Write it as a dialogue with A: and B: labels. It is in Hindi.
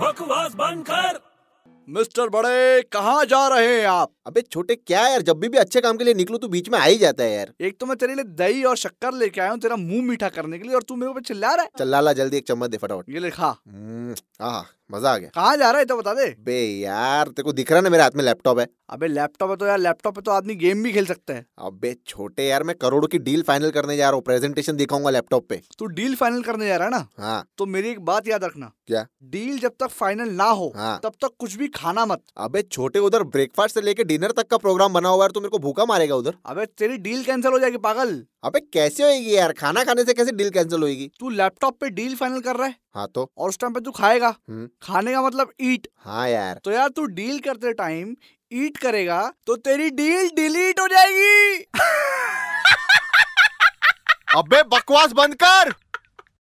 A: बकवास बंद कर
B: मिस्टर बड़े कहाँ जा रहे हैं आप
C: अबे छोटे क्या यार जब भी भी अच्छे काम के लिए निकलो तू बीच में आ ही जाता है यार
B: एक तो मैं तेरे लिए दही और शक्कर लेके आया हूँ तेरा मुंह मीठा करने के लिए और तू मेरे ऊपर चिल्ला रहा
C: चल लाला जल्दी एक चम्मच दे फटाफट
B: है ये लिखा
C: हम्म, आहा मजा आ गया
B: कहाँ जा रहा है ये तो बता दे
C: बे यार तेरे को दिख रहा ना मेरे हाथ में लैपटॉप है
B: अबे लैपटॉप है तो यार लैपटॉप पे तो आदमी गेम भी खेल सकता है
C: अबे छोटे यार मैं करोड़ों की डील फाइनल करने जा रहा हूँ प्रेजेंटेशन दिखाऊंगा लैपटॉप पे
B: तू डील फाइनल करने जा रहा है ना
C: हाँ
B: तो मेरी एक बात याद रखना
C: क्या?
B: डील जब तक फाइनल ना हो
C: हाँ।
B: तब तक कुछ भी खाना मत
C: अबे छोटे उधर ब्रेकफास्ट से लेके डिनर तक का प्रोग्राम बना हुआ है तो मेरे को भूखा मारेगा उधर
B: अबे तेरी डील कैंसिल हो जाएगी पागल
C: अबे कैसे होएगी यार खाना खाने से कैसे डील कैंसिल होएगी
B: तू लैपटॉप पे डील फाइनल कर रहा है
C: हाँ तो
B: और उस टाइम पे तू खाएगा
C: हम्म।
B: खाने का मतलब ईट
C: हाँ यार
B: तो यार तू डील करते टाइम ईट करेगा तो तेरी डील डिलीट हो जाएगी
C: अबे बकवास बंद कर